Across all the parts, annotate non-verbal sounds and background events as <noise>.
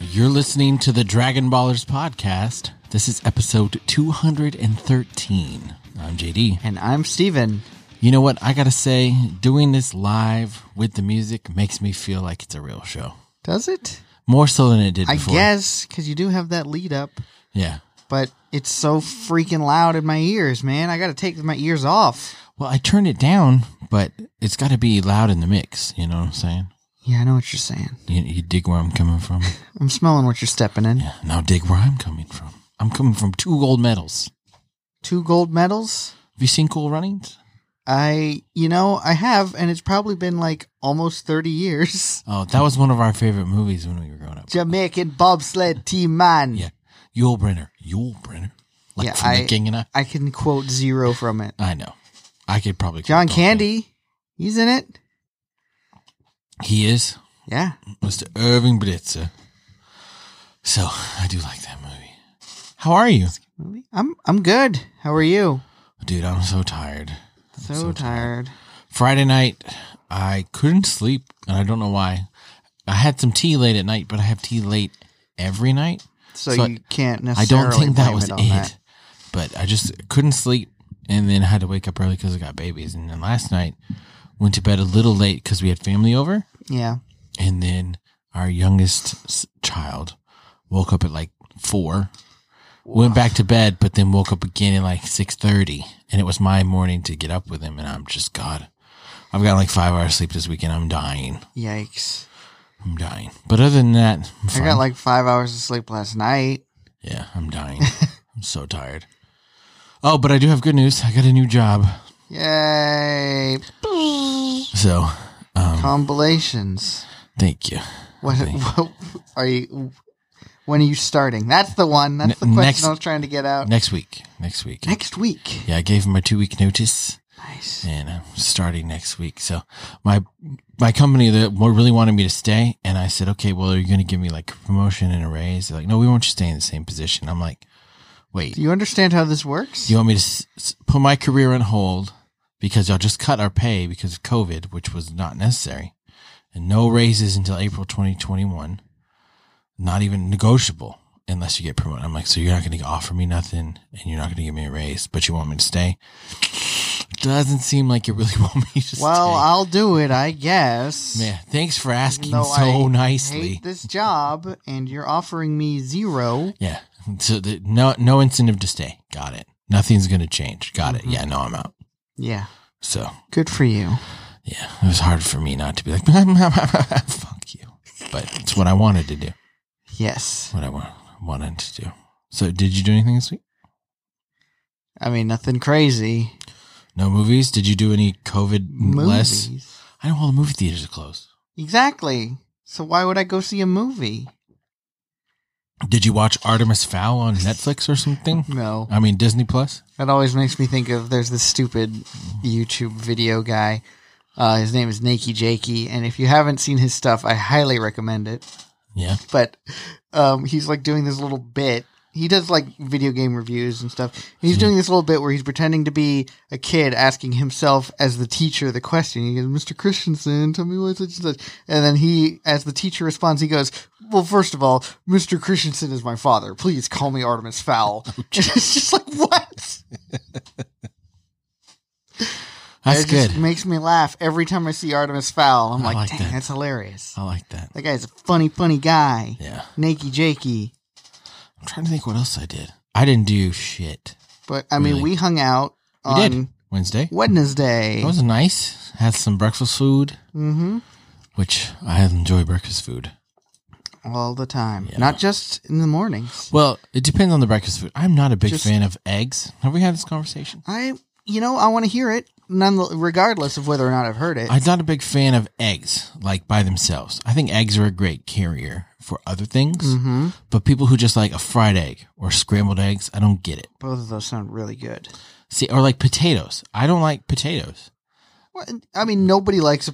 You're listening to the Dragon Ballers podcast. This is episode 213. I'm JD. And I'm Steven. You know what? I got to say, doing this live with the music makes me feel like it's a real show. Does it? More so than it did I before. guess, because you do have that lead up, Yeah. but it's so freaking loud in my ears, man. I got to take my ears off. Well, I turned it down, but it's got to be loud in the mix. You know what I'm saying? Yeah, I know what you're saying. You, you dig where I'm coming from? <laughs> I'm smelling what you're stepping in. Yeah. Now dig where I'm coming from. I'm coming from two gold medals. Two gold medals. Have you seen Cool Runnings? I, you know, I have, and it's probably been like almost 30 years. <laughs> Oh, that was one of our favorite movies when we were growing up. Jamaican bobsled team, man. Yeah. Yul Brenner. Yul Brenner. Like Yeah, from I- The King and I. I can quote zero from it. I know. I could probably. John quote the whole Candy, he's in it. thing. He is Yeah. Mr. Irving Blitzer. So I do like that movie. How are you, I'm I'm good. How are you? dude? I'm so tired. So, so tired. Friday night, I couldn't sleep, and I don't know why. I had some tea late at night, but I have tea late every night. So, So you can't I necessarily. don't think that blame was it, it. on that. but I just couldn't sleep, and then I had to wake up early because I got babies. And then last night, went to bed a little late because we had family over. Yeah. and then our youngest s- child woke up at like four went back to bed but then woke up again at like 6.30 and it was my morning to get up with him and i'm just god i've got like five hours sleep this weekend i'm dying Yikes. i'm dying but other than that I'm I fine. got like five hours of sleep last night. yeah i'm dying <laughs> i'm so tired oh but i do have good news i got a new job Yay. so um Combinations. thank you What, <laughs> what are you. When are you starting? That's the one. That's the Ne- question next- I was trying to get out. next week next week Next week. yeah i gave him a two week notice Nice. and I'm starting next week. So my my company that wa- really wanted me to stay, and I said, okay, well, are you going to give me like a promotion and a raise? They're like, no, we want you to stay in the same position. I'm like, wait, Do you understand how this works? do you want me to s- s- put my career on hold because y'all just cut our pay because of COVID, which was not necessary, and no raises until April 2021, not even negotiable unless you get promoted. I'm like, so you're not going to offer me nothing, and you're not going to give me a raise, but you want me to stay. Doesn't seem like you really <laughs> want me to well, stay. I'll do it, I guess. Man, thanks for asking though so I nicely. Hate this job, and you're offering me zero. Yeah. So the, no no incentive to stay. Got it. Nothing's going to change. Got it. Mhm. Yeah, no, I'm out. Yeah. So Good for you. Yeah, it was hard for me not to be like, <laughs> fuck you. But it's what I wanted to do. Yes. What I wa- wanted to do. So, did you do anything this week? I mean, nothing crazy. No movies? Did you do any COVID less? Movies. I know all the movie theaters are closed. Exactly. So why would I go see a movie? Did you watch Artemis Fowl on Netflix or something? No. I mean, Disney Plus? That always makes me think of there's this stupid YouTube video guy. Uh, his name is Nakey Jakey, and if you haven't seen his stuff, I highly recommend it. Yeah. But um, he's like doing this little bit. He does like video game reviews and stuff. And Hmm. he's doing this little bit where he's pretending to be a kid asking himself as the teacher the question. He goes, "Mr. Christensen, tell me what such and such." And then he, as the teacher responds, he goes, "Well, first of all, Mr. Christensen is my father. Please call me <laughs> Artemis Fowl." it's just like what? That's it just good. makes me laugh every time I see Artemis Fowl. I'm I like, like dang, that. that's hilarious. I like that. That guy's a funny, funny guy. Yeah. Nakey Jakey. I'm trying to think what else I did. I didn't do shit. But I mean, Really? we hung out We on did. Wednesday? Wednesday. That was nice. Had some breakfast food, mm-hmm. which I enjoy breakfast food. All the time. Yeah. Not just in the mornings. Well, it depends on the breakfast food. I'm not a big Just- fan of eggs. Have we had this conversation? I, you know, I want to hear it, none, regardless of whether or not I've heard it. I'm not a big fan of eggs, like by themselves. I think eggs are a great carrier for other things, mm-hmm. but people who just like a fried egg or scrambled eggs, I don't get it. Both of those sound really good. See, or like potatoes. I don't like potatoes. Well, I mean, nobody likes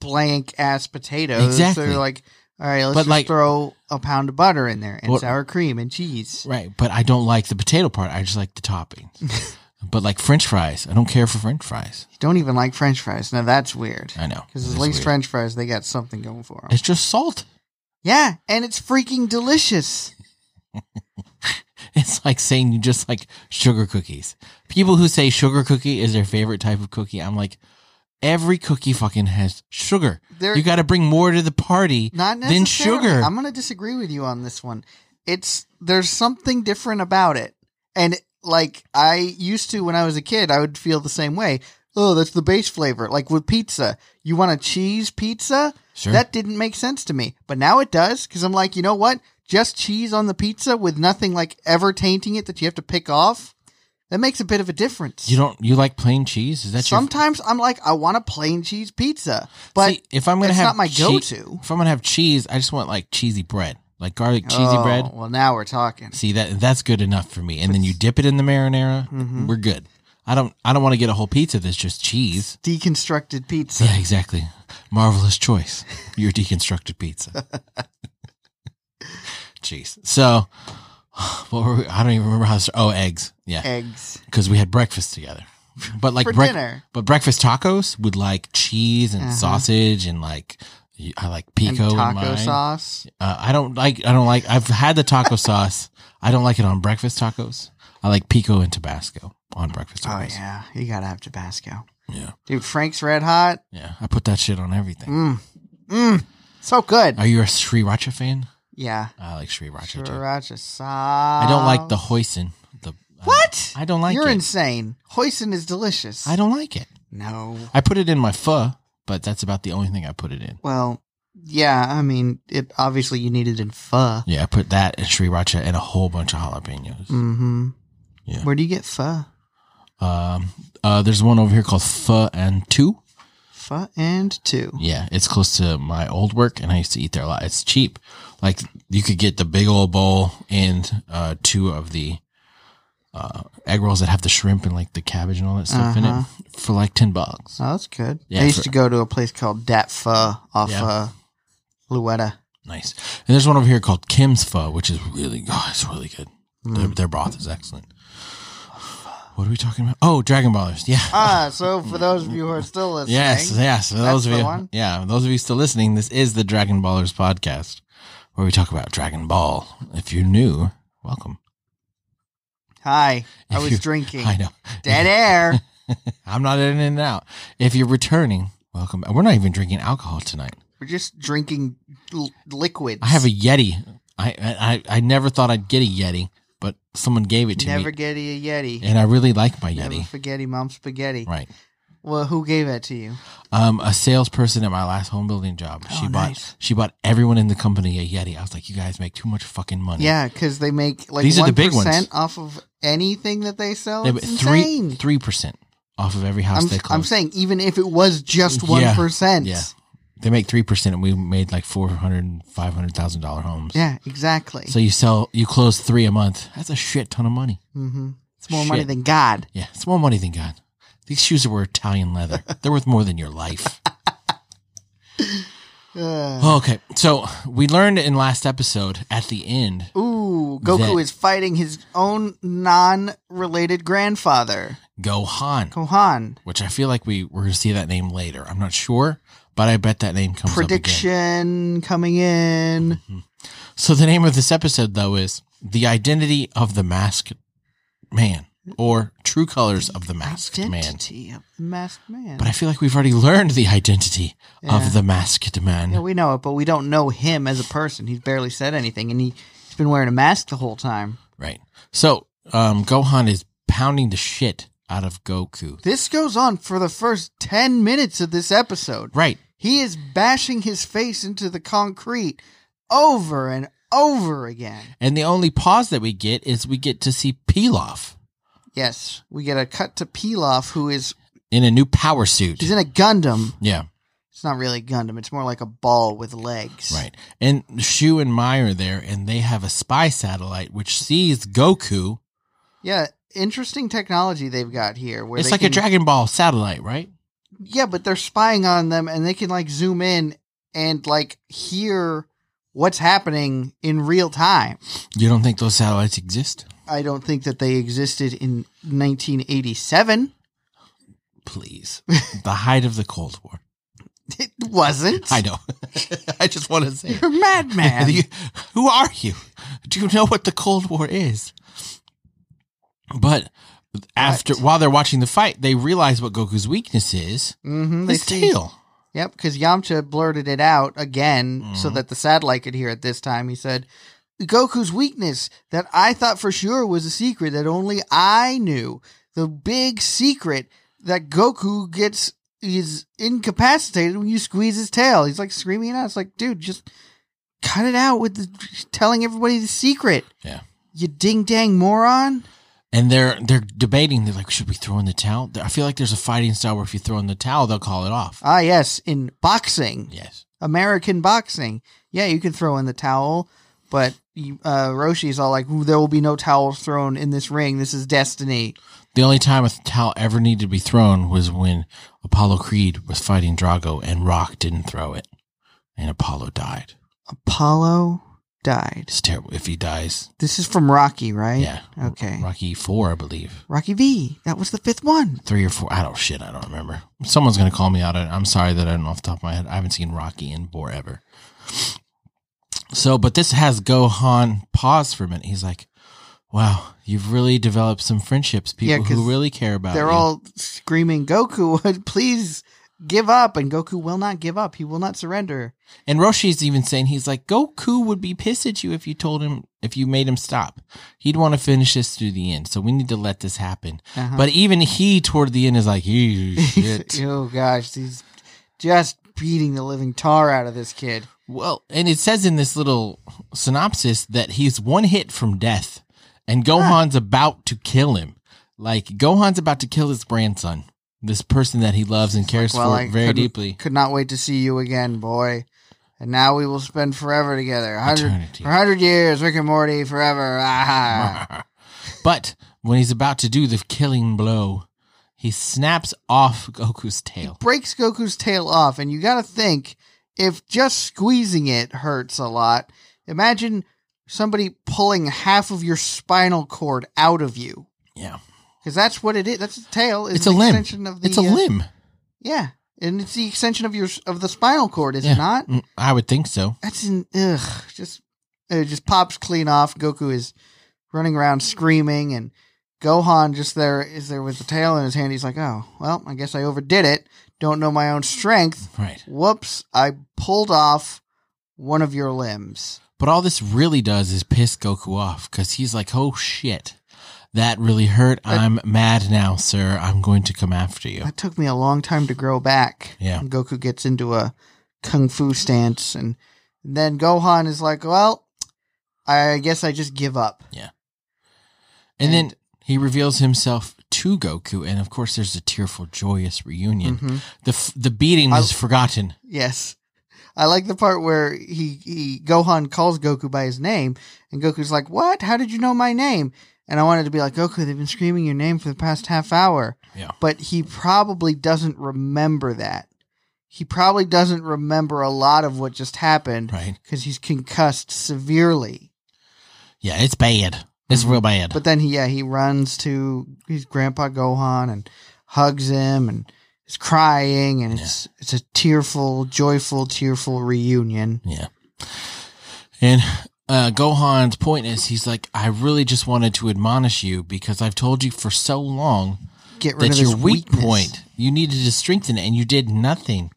blank ass potatoes. Exactly. They're like, all right, let's But just like- throw a pound of butter in there and What- sour cream and cheese. Right, but I don't like the potato part. I just like the topping. <laughs> but like french fries, I don't care for french fries. Don't even like French fries. Now that's weird. I know. Because It at is least weird. French fries, they got something going for them. It's just salt. Yeah, and it's freaking delicious. <laughs> It's like saying you just like sugar cookies. People who say sugar cookie is their favorite type of cookie, I'm like, every cookie fucking has sugar. There, You got to bring more to the party. not than necessarily. sugar. I'm going to disagree with you on this one. It's there's something different about it, and like I used to when I was a kid, I would feel the same way. Oh, that's the base flavor. Like with pizza, you want a cheese pizza? Sure. That didn't make sense to me, but now it does because I'm like, you know what? Just cheese on the pizza with nothing like ever tainting it that you have to pick off. That makes a bit of a difference. you don't you like plain cheese? Is that your Sometimes I'm like, I want a plain cheese pizza, but See, if I'm gonna it's have not my chee- go-to. If I'm gonna have cheese, I just want like cheesy bread, like garlic cheesy Oh, bread. Well, now we're talking. See that that's good enough for me. And then you dip it in the marinara. Mm-hmm. We're good. I don't I don't want to get a whole pizza that's just cheese. Deconstructed pizza. Yeah, exactly. Marvelous choice. <laughs> Your deconstructed pizza. <laughs> Jeez. So, what were we, I don't even remember how. to start. Oh, eggs. Yeah, Eggs because we had breakfast together. <laughs> But like for brec- dinner. But breakfast tacos with like cheese and Uh-huh. sausage and like y- I like pico and in taco mine. sauce. Uh, I don't like. I don't like. I've had the <laughs> taco sauce. I don't like it on breakfast tacos. I like pico and Tabasco on breakfast Oh tacos. yeah, you gotta have Tabasco, yeah, dude. Frank's Red Hot. yeah. I put that shit on everything. Mmm, mmm, so good. Are you a sriracha fan? yeah, I like sriracha. too. sriracha sauce. I I don't like the hoisin. The Um, uh, What? I don't like You're it. insane. Hoisin is delicious. I don't like it. no. I put it in my pho, but that's about the only thing I put it in. Well, yeah. I mean, it obviously you need it in pho. Yeah, I put that and sriracha and a whole bunch of jalapenos. Mm-hmm. Yeah. Where do you get pho? Um, uh, there's one over here called Pho and Two. Pho and two. Yeah, it's close to my old work, and I used to eat there a lot. It's cheap. Like you could get the big old bowl and uh, two of the uh, egg rolls that have the shrimp and like the cabbage and all that stuff Uh-huh. in it for like ten bucks. Oh, that's good. Yeah, I used for- to go to a place called Dat Pho off Yeah. uh, Luetta. Nice. And there's one over here called Kim's Pho, which is really oh, it's really good. Mm. Their, their broth is excellent. What are we talking about? Oh, Dragon Ballers. Yeah. Ah, so for those of you who are still <laughs> listening, Yes, yes. For That's those of the you, one. yeah, for those of you still listening, this is the Dragon Ballers podcast where we talk about Dragon Ball. If you're new, welcome. hi, <laughs> I was You- drinking I know <laughs> dead air. I'm not in and out. If you're returning, welcome. We're not even drinking alcohol tonight. We're just drinking l- liquids. I have a Yeti. I I I never thought I'd get a Yeti, but someone gave it to never me, getty a yeti. and I really like my Never Yeti. spaghetti, mom spaghetti. Right. Well, who gave that to you? Um, a salesperson at my last home building job. Oh, she nice. bought she bought everyone in the company a Yeti. I was like, you guys make too much fucking money. Yeah, because they make like These are one the big ones. percent off of anything that they sell. Yeah, but it's three insane. three percent off of every house I'm, they s- I'm close. saying even if it was just Yeah. one Yeah. they make three percent, and we made like four hundred, five hundred thousand dollar homes. yeah, exactly. So you sell, you close three a month. That's a shit ton of money. hmm It's more money Shit. than God. Yeah, it's more money than God. These shoes were Italian <laughs> leather. They're worth more than your life. Ugh. Okay, so we learned in last episode at the end. Ooh, Goku That- is fighting his own non-related grandfather, Gohan, Gohan. which I feel like we we're gonna see that name later. I'm not sure, but I bet that name comes up Prediction coming in. again. So the name of this episode though is the identity of the masked man or true colors of the Mm-hmm. masked man. Identity of the masked man. But I feel like we've already learned the identity Yeah. of the masked man. yeah, we know it, but we don't know him as a person. He's barely said anything, and he, he's been wearing a mask the whole time. Right. So um, Gohan is pounding the shit out of Goku. This goes on for the first ten minutes of this episode. Right. He is bashing his face into the concrete over and over again. And the only pause that we get is we get to see Pilaf Yes, we get a cut to Pilaf, who is in a new power suit. he's in a Gundam. Yeah, It's not really Gundam. It's more like a ball with legs. right. And Shu and Mai are there, and they have a spy satellite which sees Goku. Yeah. Interesting technology they've got here. Where it's they like a can- Dragon Ball satellite, right? Yeah, but they're spying on them, and they can like zoom in and like hear what's happening in real time. You don't think those satellites exist? I don't think that they existed in 1987. <laughs> Please. the height of the Cold War. <laughs> It wasn't. I know. <laughs> I just want to say, it. You're a <laughs> madman. You- who are you? Do you know what the Cold War is? But after, while they're watching the fight, they realize what Goku's weakness is. hmm His tail. Yep, because Yamcha blurted it out again so Mhm. that the satellite could hear it this time. He said, Goku's weakness that I thought for sure was a secret that only I knew. The big secret that Goku gets is incapacitated when you squeeze his tail. He's like screaming it out. It's like, dude, just cut it out with the, telling everybody the secret. Yeah. You ding dang moron. And they're they're debating. They're like, should we throw in the towel? I feel like there's a fighting style where if you throw in the towel, they'll call it off. Ah, yes, in boxing. yes. American boxing. Yeah, you can throw in the towel, but you- uh, Roshi's all like, "Ooh, "There will be no towels thrown in this ring. This is destiny." The only time a towel ever needed to be thrown was when Apollo Creed was fighting Drago and Rock didn't throw it. And Apollo died. Apollo died. It's terrible. If he dies, This is from Rocky, right? yeah. Okay. Rocky 4, I believe. Rocky V. That was the fifth one. Three or four. I don't shit. I don't remember. Someone's going to call me out. I- I'm sorry that I don't know off the top of my head. I haven't seen Rocky in forever. So, but this has Gohan pause for a minute. He's like, wow, you've really developed some friendships. Yeah, People 'cause who really care about They're you. all screaming, "Goku, <laughs> please give up!" And Goku will not give up. He will not surrender. And Roshi's even saying he's like Goku would be pissed at you if you told him if you made him stop. He'd want to finish this to the end. So we need to let this happen. Uh-huh. <laughs> But even he toward the end is like, "You shit." oh gosh, he's just beating the living tar out of this kid. well, and it says in this little synopsis that he's one hit from death, and Gohan's about to kill him. Like Gohan's about to kill his grandson, this person that he loves and cares well, for I very couldn't- deeply. Could not wait to see you again, boy. And now we will spend forever together. A hundred- Eternity. For 100 years, Rick and Morty forever. Ah. <laughs> but when he's about to do the killing blow, he snaps off Goku's tail. Breaks Goku's tail off, and you gotta think if just squeezing it hurts a lot, imagine somebody pulling half of your spinal cord out of you. Yeah. Because that's what it is. That's the tail. is It's the a limb. Extension of the, it's a uh, limb. Yeah. And it's the extension of your of the spinal cord, is Yeah. it not? Mm, I would think so. That's an ugh. Just it just pops clean off. Goku is running around screaming, and Gohan just there is there with the tail in his hand. He's like, "Oh well, I guess I overdid it. Don't know my own strength. Right. Whoops! I pulled off one of your limbs." But all this really does is piss Goku off because he's like, oh shit, that really hurt. I'm mad now, sir. I'm going to come after you. That took me a long time to grow back. Yeah. And Goku gets into a kung fu stance, and then Gohan is like, "Well, I guess I just give up." And then And- he reveals himself to Goku. And of course, there's a tearful, joyous reunion. Mhm. The, f- the beating I- is forgotten. Yes. I like the part where he, he Gohan calls Goku by his name, and Goku's like, "What? How did you know my name?" And I wanted to be like, "Goku, they've been screaming your name for the past half hour." Yeah. But he probably doesn't remember that. He probably doesn't remember a lot of what just happened Right. because he's concussed severely. Yeah, it's bad. It's real bad. Mm-hmm. But then he yeah he runs to his grandpa Gohan and hugs him and is crying and it's it's a tearful, joyful, tearful reunion. Yeah. And uh, Gohan's point is he's like, I really just wanted to admonish you because I've told you for so long get that rid of his your weak weakness. point, you needed to strengthen it and you did nothing.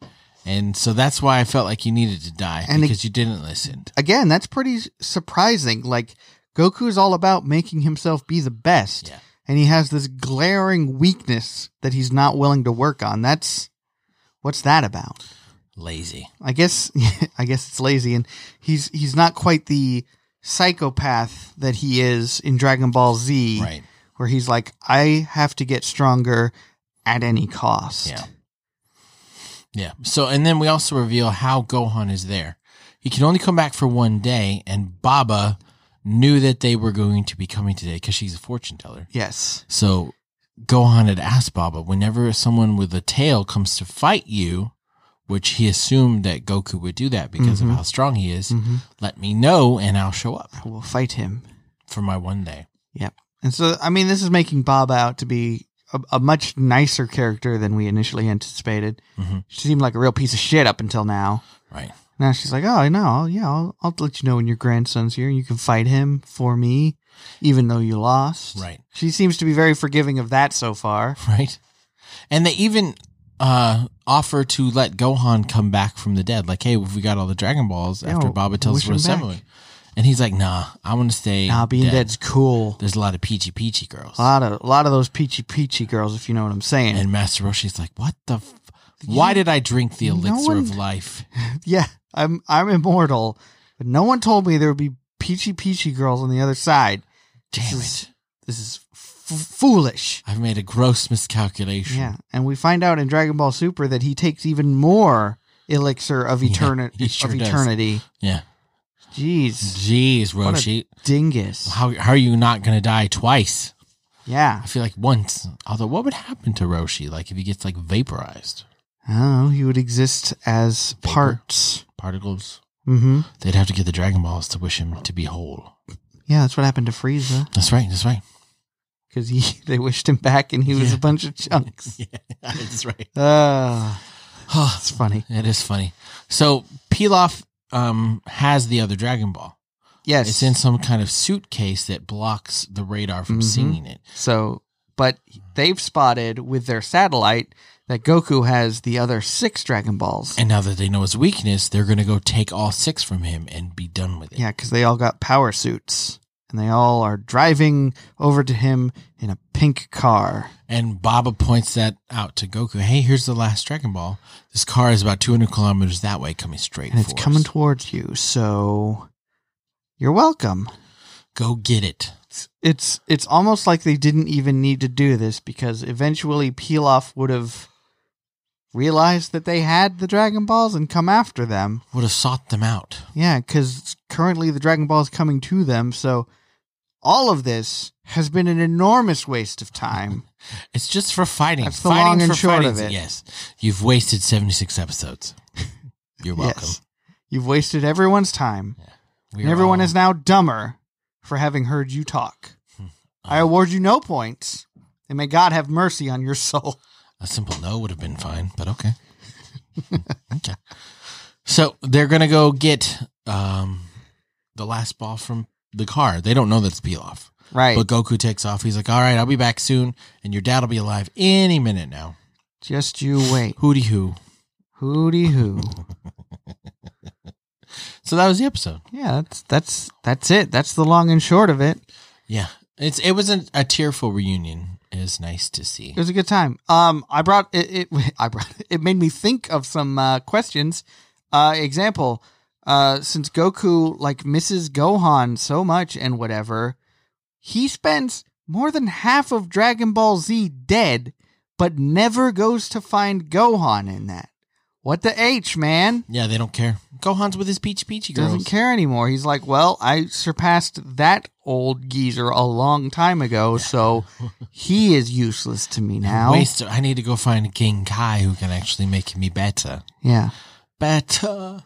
And so that's why I felt like you needed to die And it- because you didn't listen. Again, that's pretty s- surprising. Like Goku is all about making himself be the best, Yeah. and he has this glaring weakness that he's not willing to work on. That's what's that about? Lazy. I guess <laughs> I guess it's lazy, and he's he's not quite the psychopath that he is in Dragon Ball Z, Right. where he's like, I have to get stronger at any cost. Yeah. Yeah. So, and then we also reveal how Gohan is there. He can only come back for one day, and Baba knew that they were going to be coming today because she's a fortune teller. Yes. So Gohan had asked Baba, whenever someone with a tail comes to fight you, which he assumed that Goku would do that because Mhm. of how strong he is, hmm let me know and I'll show up I will fight him. for my one day. And so, I mean, this is making Bob out to be a, a much nicer character than we initially anticipated. Mhm. She seemed like a real piece of shit up until now. Right. Now she's like, oh, no, I'll- yeah, I'll, I'll let you know when your grandson's here. You can fight him for me, even though you lost. Right. She seems to be very forgiving of that so far. Right. And they even uh, offer to let Gohan come back from the dead. Like, hey, we got all the Dragon Balls Yeah, after Baba tells wish us we're him back. assembling. And he's like, nah, I want to stay. Nah, being dead's cool. There's a lot of peachy peachy girls. A lot of a lot of those peachy peachy girls, if you know what I'm saying. And Master Roshi's like, what the? F- Why did I drink the no elixir of one- life? <laughs> yeah, I'm I'm immortal, but no one told me there would be peachy peachy girls on the other side. Damn is- it. This is f- foolish. I've made a gross miscalculation. Yeah, and we find out in Dragon Ball Super that he takes even more elixir <laughs> of Yeah, eternity he sure of does. eternity. Yeah. Jeez, Jeez, What a- Roshi. dingus. How, how are you not going to die twice? Yeah. I feel like once. Although, what would happen to Roshi? Like, if he gets, like, vaporized? Oh, he would exist as Vapor. parts. Particles? Mm-hmm. They'd have to get the Dragon Balls to wish him to be whole. Yeah, that's what happened to Frieza That's right. That's <laughs> right. because he <laughs> they wished him back and he was Yeah. a bunch of <laughs> chunks. Yeah, that's right. Ah, <sighs> Huh, that's funny. it is funny. So, Pilaf um, has the other Dragon Ball. Yes, It's in some kind of suitcase that blocks the radar from Mhm. seeing it. So, but they've spotted with their satellite that Goku has the other six Dragon Balls. Yeah, 'cause And now that they know his weakness, they're going to go take all six from him and be done with it. yeah, because they all got power suits and they all are driving over to him in a pink car. And Baba points that out to Goku. Hey, here's the last Dragon Ball. This car is about 200 kilometers that way, coming straight. And it's for coming us. towards you. So, you're welcome. go get it. It's it's almost like they didn't even need to do this because eventually Pilaf would have realized that they had the Dragon Balls and come after them. Would have sought them out. Yeah, because currently the Dragon Ball is coming to them, so all of this has been an enormous waste of time. It's just for fighting. That's the Fighting long and for short fighting. of it. Yes. You've wasted 76 <laughs> episodes. You're welcome. Yes. You've wasted everyone's time. We And are everyone all- is now dumber for having heard <laughs> you talk. I award you no points, and may God have mercy on your soul. <laughs> A simple no would have been fine, but okay. <laughs> okay. So they're going to go get um, the last ball from the car. They don't know that's Pilaf. Right. But Goku takes off. He's like, "All right, I'll be back soon, and your dad will be alive any minute now." Just you wait. Hooty hoo. <laughs> Hooty hoo. So that was the episode. Yeah, that's that's that's it. That's the long and short of it. Yeah, it's it was an, a tearful reunion. It was nice to see. It was a good time. Um, I brought it. it <laughs> I brought it. Made me think of some uh, questions. Uh, example, uh, since Goku like misses Gohan so much and whatever, he spends more than half of Dragon Ball Z dead, but never goes to find Gohan in that. What the H, man? Yeah, they don't care. Gohan's with his peachy peachy girls. Doesn't care anymore. He's like, well, I surpassed that old geezer a long time ago, so he is useless to me now. Waster. I need to go find King Kai who can actually make me better. Yeah. Better.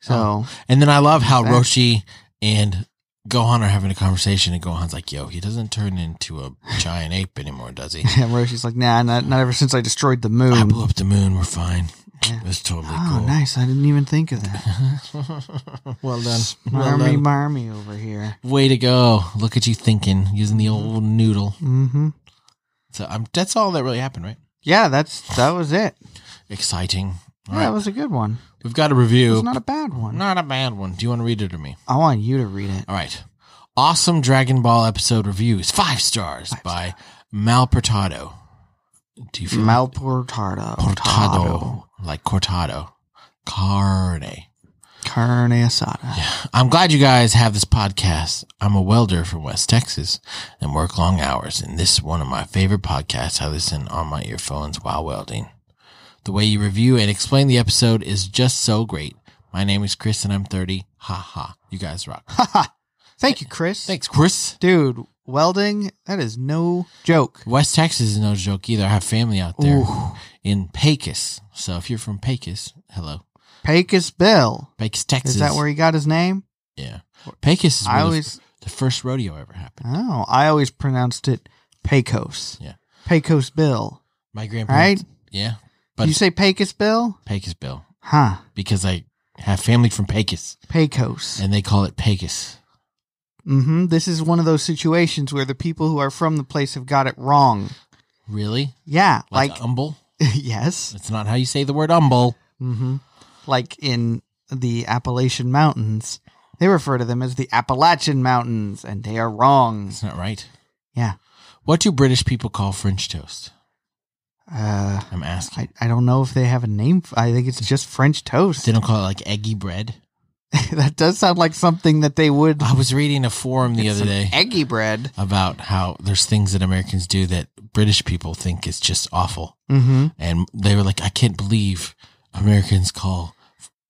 So And then I love how That- Roshi and Gohan are having a conversation, and Gohan's like, "Yo, he doesn't turn into a giant ape anymore, does he?" <laughs> and Roshi's like, nah, not, not ever since I destroyed the moon. I blew up the moon. We're fine. Yeah. It's totally oh, cool. nice! I didn't even think of that. <laughs> well done. Well Marmy, done. marmy over here. Way to go. Look at you thinking, using the old noodle. Mm-hmm. So I'm, that's all that really happened, right? Yeah, that's that was it. Exciting. All Yeah, that right. was a good one. We've got a It review. was not a bad one. Not a bad one. Do you want to read it or me? I want you to read it. All right. Awesome Dragon Ball episode reviews. Five stars by Malportado. Do you feel Malportado, Portado. Like Cortado. Carne. carne asada. I'm glad you guys have this podcast. I'm a welder from West Texas and work long hours, and this is one of my favorite podcasts I listen on my earphones while welding. The way you review and explain the episode is just so great. My name is Chris and I'm 30. Ha ha. You guys <laughs> rock. Thank you, Chris. Thanks, Chris. dude. Welding that is no joke. West Texas is no joke either. I have family out there Ooh, in Pecos. So if you're from Pecos, hello. Pecos Bill. Pecos, Texas. Is that where he got his name? Yeah. Pecos is where I the- always the first rodeo ever happened. oh, I always pronounced it Pecos. Yeah. Pecos Bill. My grandparents. Right? Yeah. Did But- you say Pecos Bill? Pecos Bill. Huh. Because I have family from Pecos Pecos. and they call it Pecos. hmm This is one of those situations where the people who are from the place have got it wrong. Really? Yeah, Like, uh, like, Humble? <laughs> yes, That's not how you say the word Humble. hmm like in the Appalachian Mountains, they refer to them as the Appalachian Mountains, and they are wrong. That's not right. Yeah. What do British people call French toast? Uh, I'm asking. I I don't know if they have a name. f- I think it's just French toast. They don't call it like eggy bread. <laughs> that does sound like something that they would. I was reading a forum the It's other some day <laughs> eggy bread. about how there's things that Americans do that British people think is just awful. Mm-hmm. And they were like, I can't believe Americans call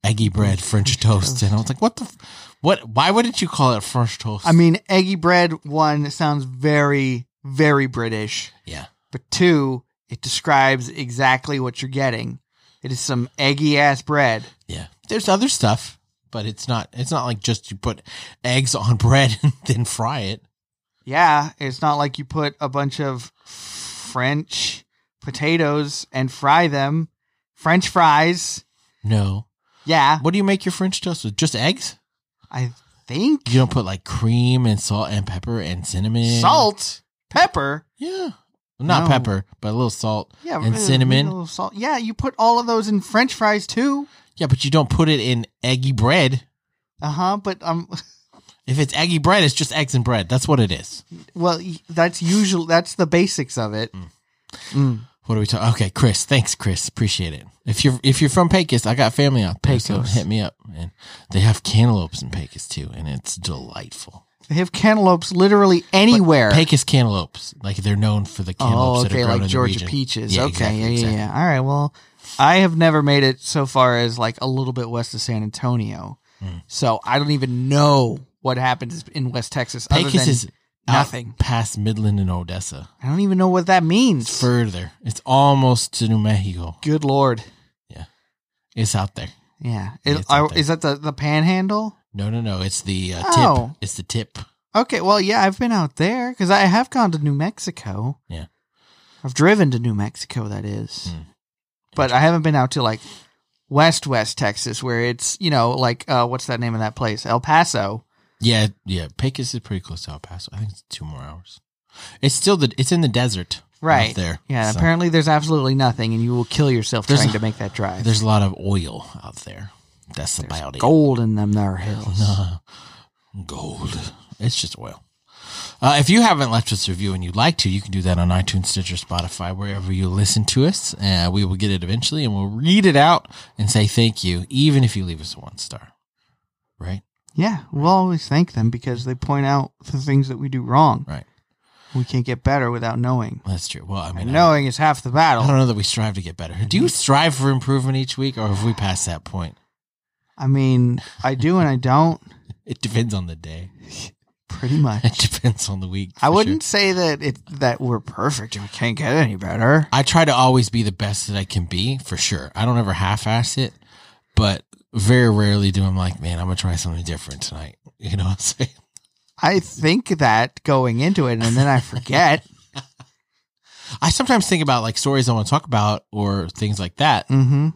eggy Mm. bread French toast. And I was like, what the, f- what, why wouldn't you call it French toast? I mean, eggy bread one sounds very very British. yeah. but two, it describes exactly what you're getting. It is some eggy ass bread. Yeah. There's other stuff, but it's not, it's not like just you put eggs on <laughs> bread and then fry it. Yeah, it's not like you put a bunch of French potatoes and fry them. French fries. No. Yeah, What do you make your French toast with? Just eggs? I think You don't put like cream and salt and pepper and cinnamon. salt, pepper. Yeah. Not No. pepper, but a little salt. Yeah, And uh, cinnamon. a little salt. Yeah, you put all of those in French fries too. Yeah, but you don't put it in eggy bread. Uh huh. But um, If it's eggy bread, it's just eggs and bread. That's what it is. well, y- that's usual. That's the basics of it. Mm. What are we talking? Okay, Chris. Thanks, Chris. Appreciate it. If you're if you're from Pecos, I got family out Pecos. Pecos. Hit me up, and they have cantaloupes in Pecos too, and it's delightful. They have cantaloupes literally anywhere. Pecos cantaloupes, like they're known for the cantaloupes Oh, that okay, are grown like in Georgia the region. peaches. Yeah, okay, exactly, yeah, yeah, exactly. yeah. All right. Well, I have never made it so far as like a little bit west of San Antonio, Mm. so I don't even know what happens in West Texas. Other Pecos than is out nothing. past Midland and Odessa. I don't even know what that means. It's further. It's almost to New Mexico. Good lord. It's out there. Yeah. Yeah, It, it's I, out there. is that the the Panhandle? No, no, no. It's the uh, tip. Oh. It's the tip. Okay. Well, yeah, I've been out there because I have gone to New Mexico. Yeah. I've driven to New Mexico. That is. Mm. but I haven't been out to like West West Texas where it's you know like uh, what's that name of that place El Paso. Yeah, yeah. Pecos is pretty close to El Paso. I think it's two more hours. It's still the it's in the desert. out Right. there. Yeah, So apparently there's absolutely nothing, and you will kill yourself There's trying a- to make that drive. there's a lot of oil out there. That's about it. gold in them there hills. No. <laughs> Gold. It's just oil. Uh, if you haven't left us a review and you'd like to, you can do that on iTunes, Stitcher, Spotify, wherever you listen to us. Uh, we will get it eventually and we'll read it out and say thank you, even if you leave us a one star. Right? Yeah, we'll always thank them because they point out the things that we do wrong. Right. We can't get better without knowing. That's true. Well, I mean, And I- knowing is half the I battle. don't know that we strive to get better. Do you strive for improvement each week, or have we passed that point? I mean, I do and I don't, It depends on the day. <laughs> pretty much. It depends on the week. for I sure. wouldn't say that it that we're perfect and we can't get any better. I try to always be the best that I can be, for sure. I don't ever half-ass it, but very rarely do I'm like, man, I'm gonna try something different tonight. <laughs> You know what I'm saying? I think that going into it, and then <laughs> I forget. I sometimes think about like stories I want to talk about or things like that. hmm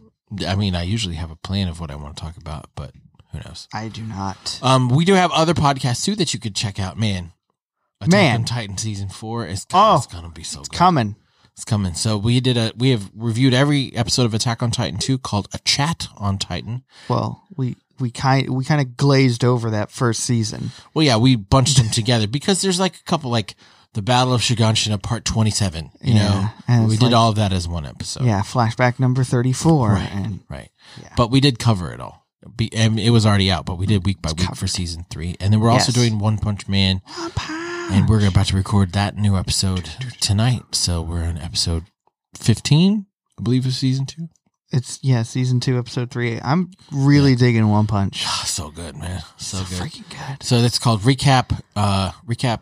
I mean, I usually have a plan of what I want to talk about, but who knows? I do not. Um, we do have other podcasts too that you could check out. Man, Attack Man. on Titan season four is Oh, it's gonna be so good. Coming. It's coming. So we did a we have reviewed every episode of Attack on Titan two called A Chat on Titan. Well, we we kind we kind of glazed over that first season. Well, yeah, we bunched <laughs> them together because there's like a couple like the Battle of Shiganshina Part twenty seven. You Yeah, and know, it's we did like- all of that as one episode. Yeah, flashback number thirty four, Right. and Right. Yeah. But we did cover it all. Be, and it was already out, but we did week by week for covered. season three, and then we're also Yes. doing One Punch Man, and we're about to record that new episode tonight. So we're on episode fifteen, I believe, of season two. it's yeah, season two, episode three. I'm really digging One Punch. Ah, so good, man. So It's good. freaking good. So that's called recap. Uh, recap.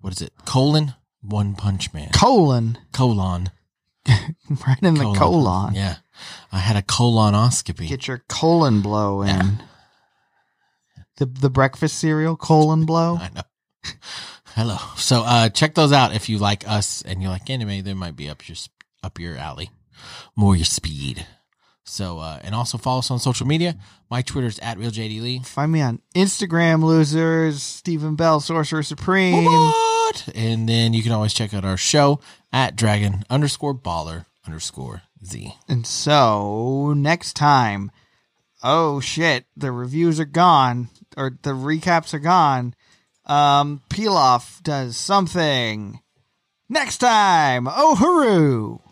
What is it? Colon One Punch Man. Colon, <laughs> Colon. right in the colon. Yeah, I had a colonoscopy. Get your colon blow in. The the breakfast cereal colon blow. I know. Hello. So uh, check those out if you like us and you like anime. They might be up your sp- up your alley, more your speed. So uh, and also follow us on social media. My Twitter's at realjdlee. Find me on Instagram, losers. Stephen Bell, Sorcerer Supreme. What? And then you can always check out our show at dragon underscore baller underscore z. And so next time, oh shit, the reviews are gone or the recaps are gone. Um, Pilaf does something. Next time, oh hooroo!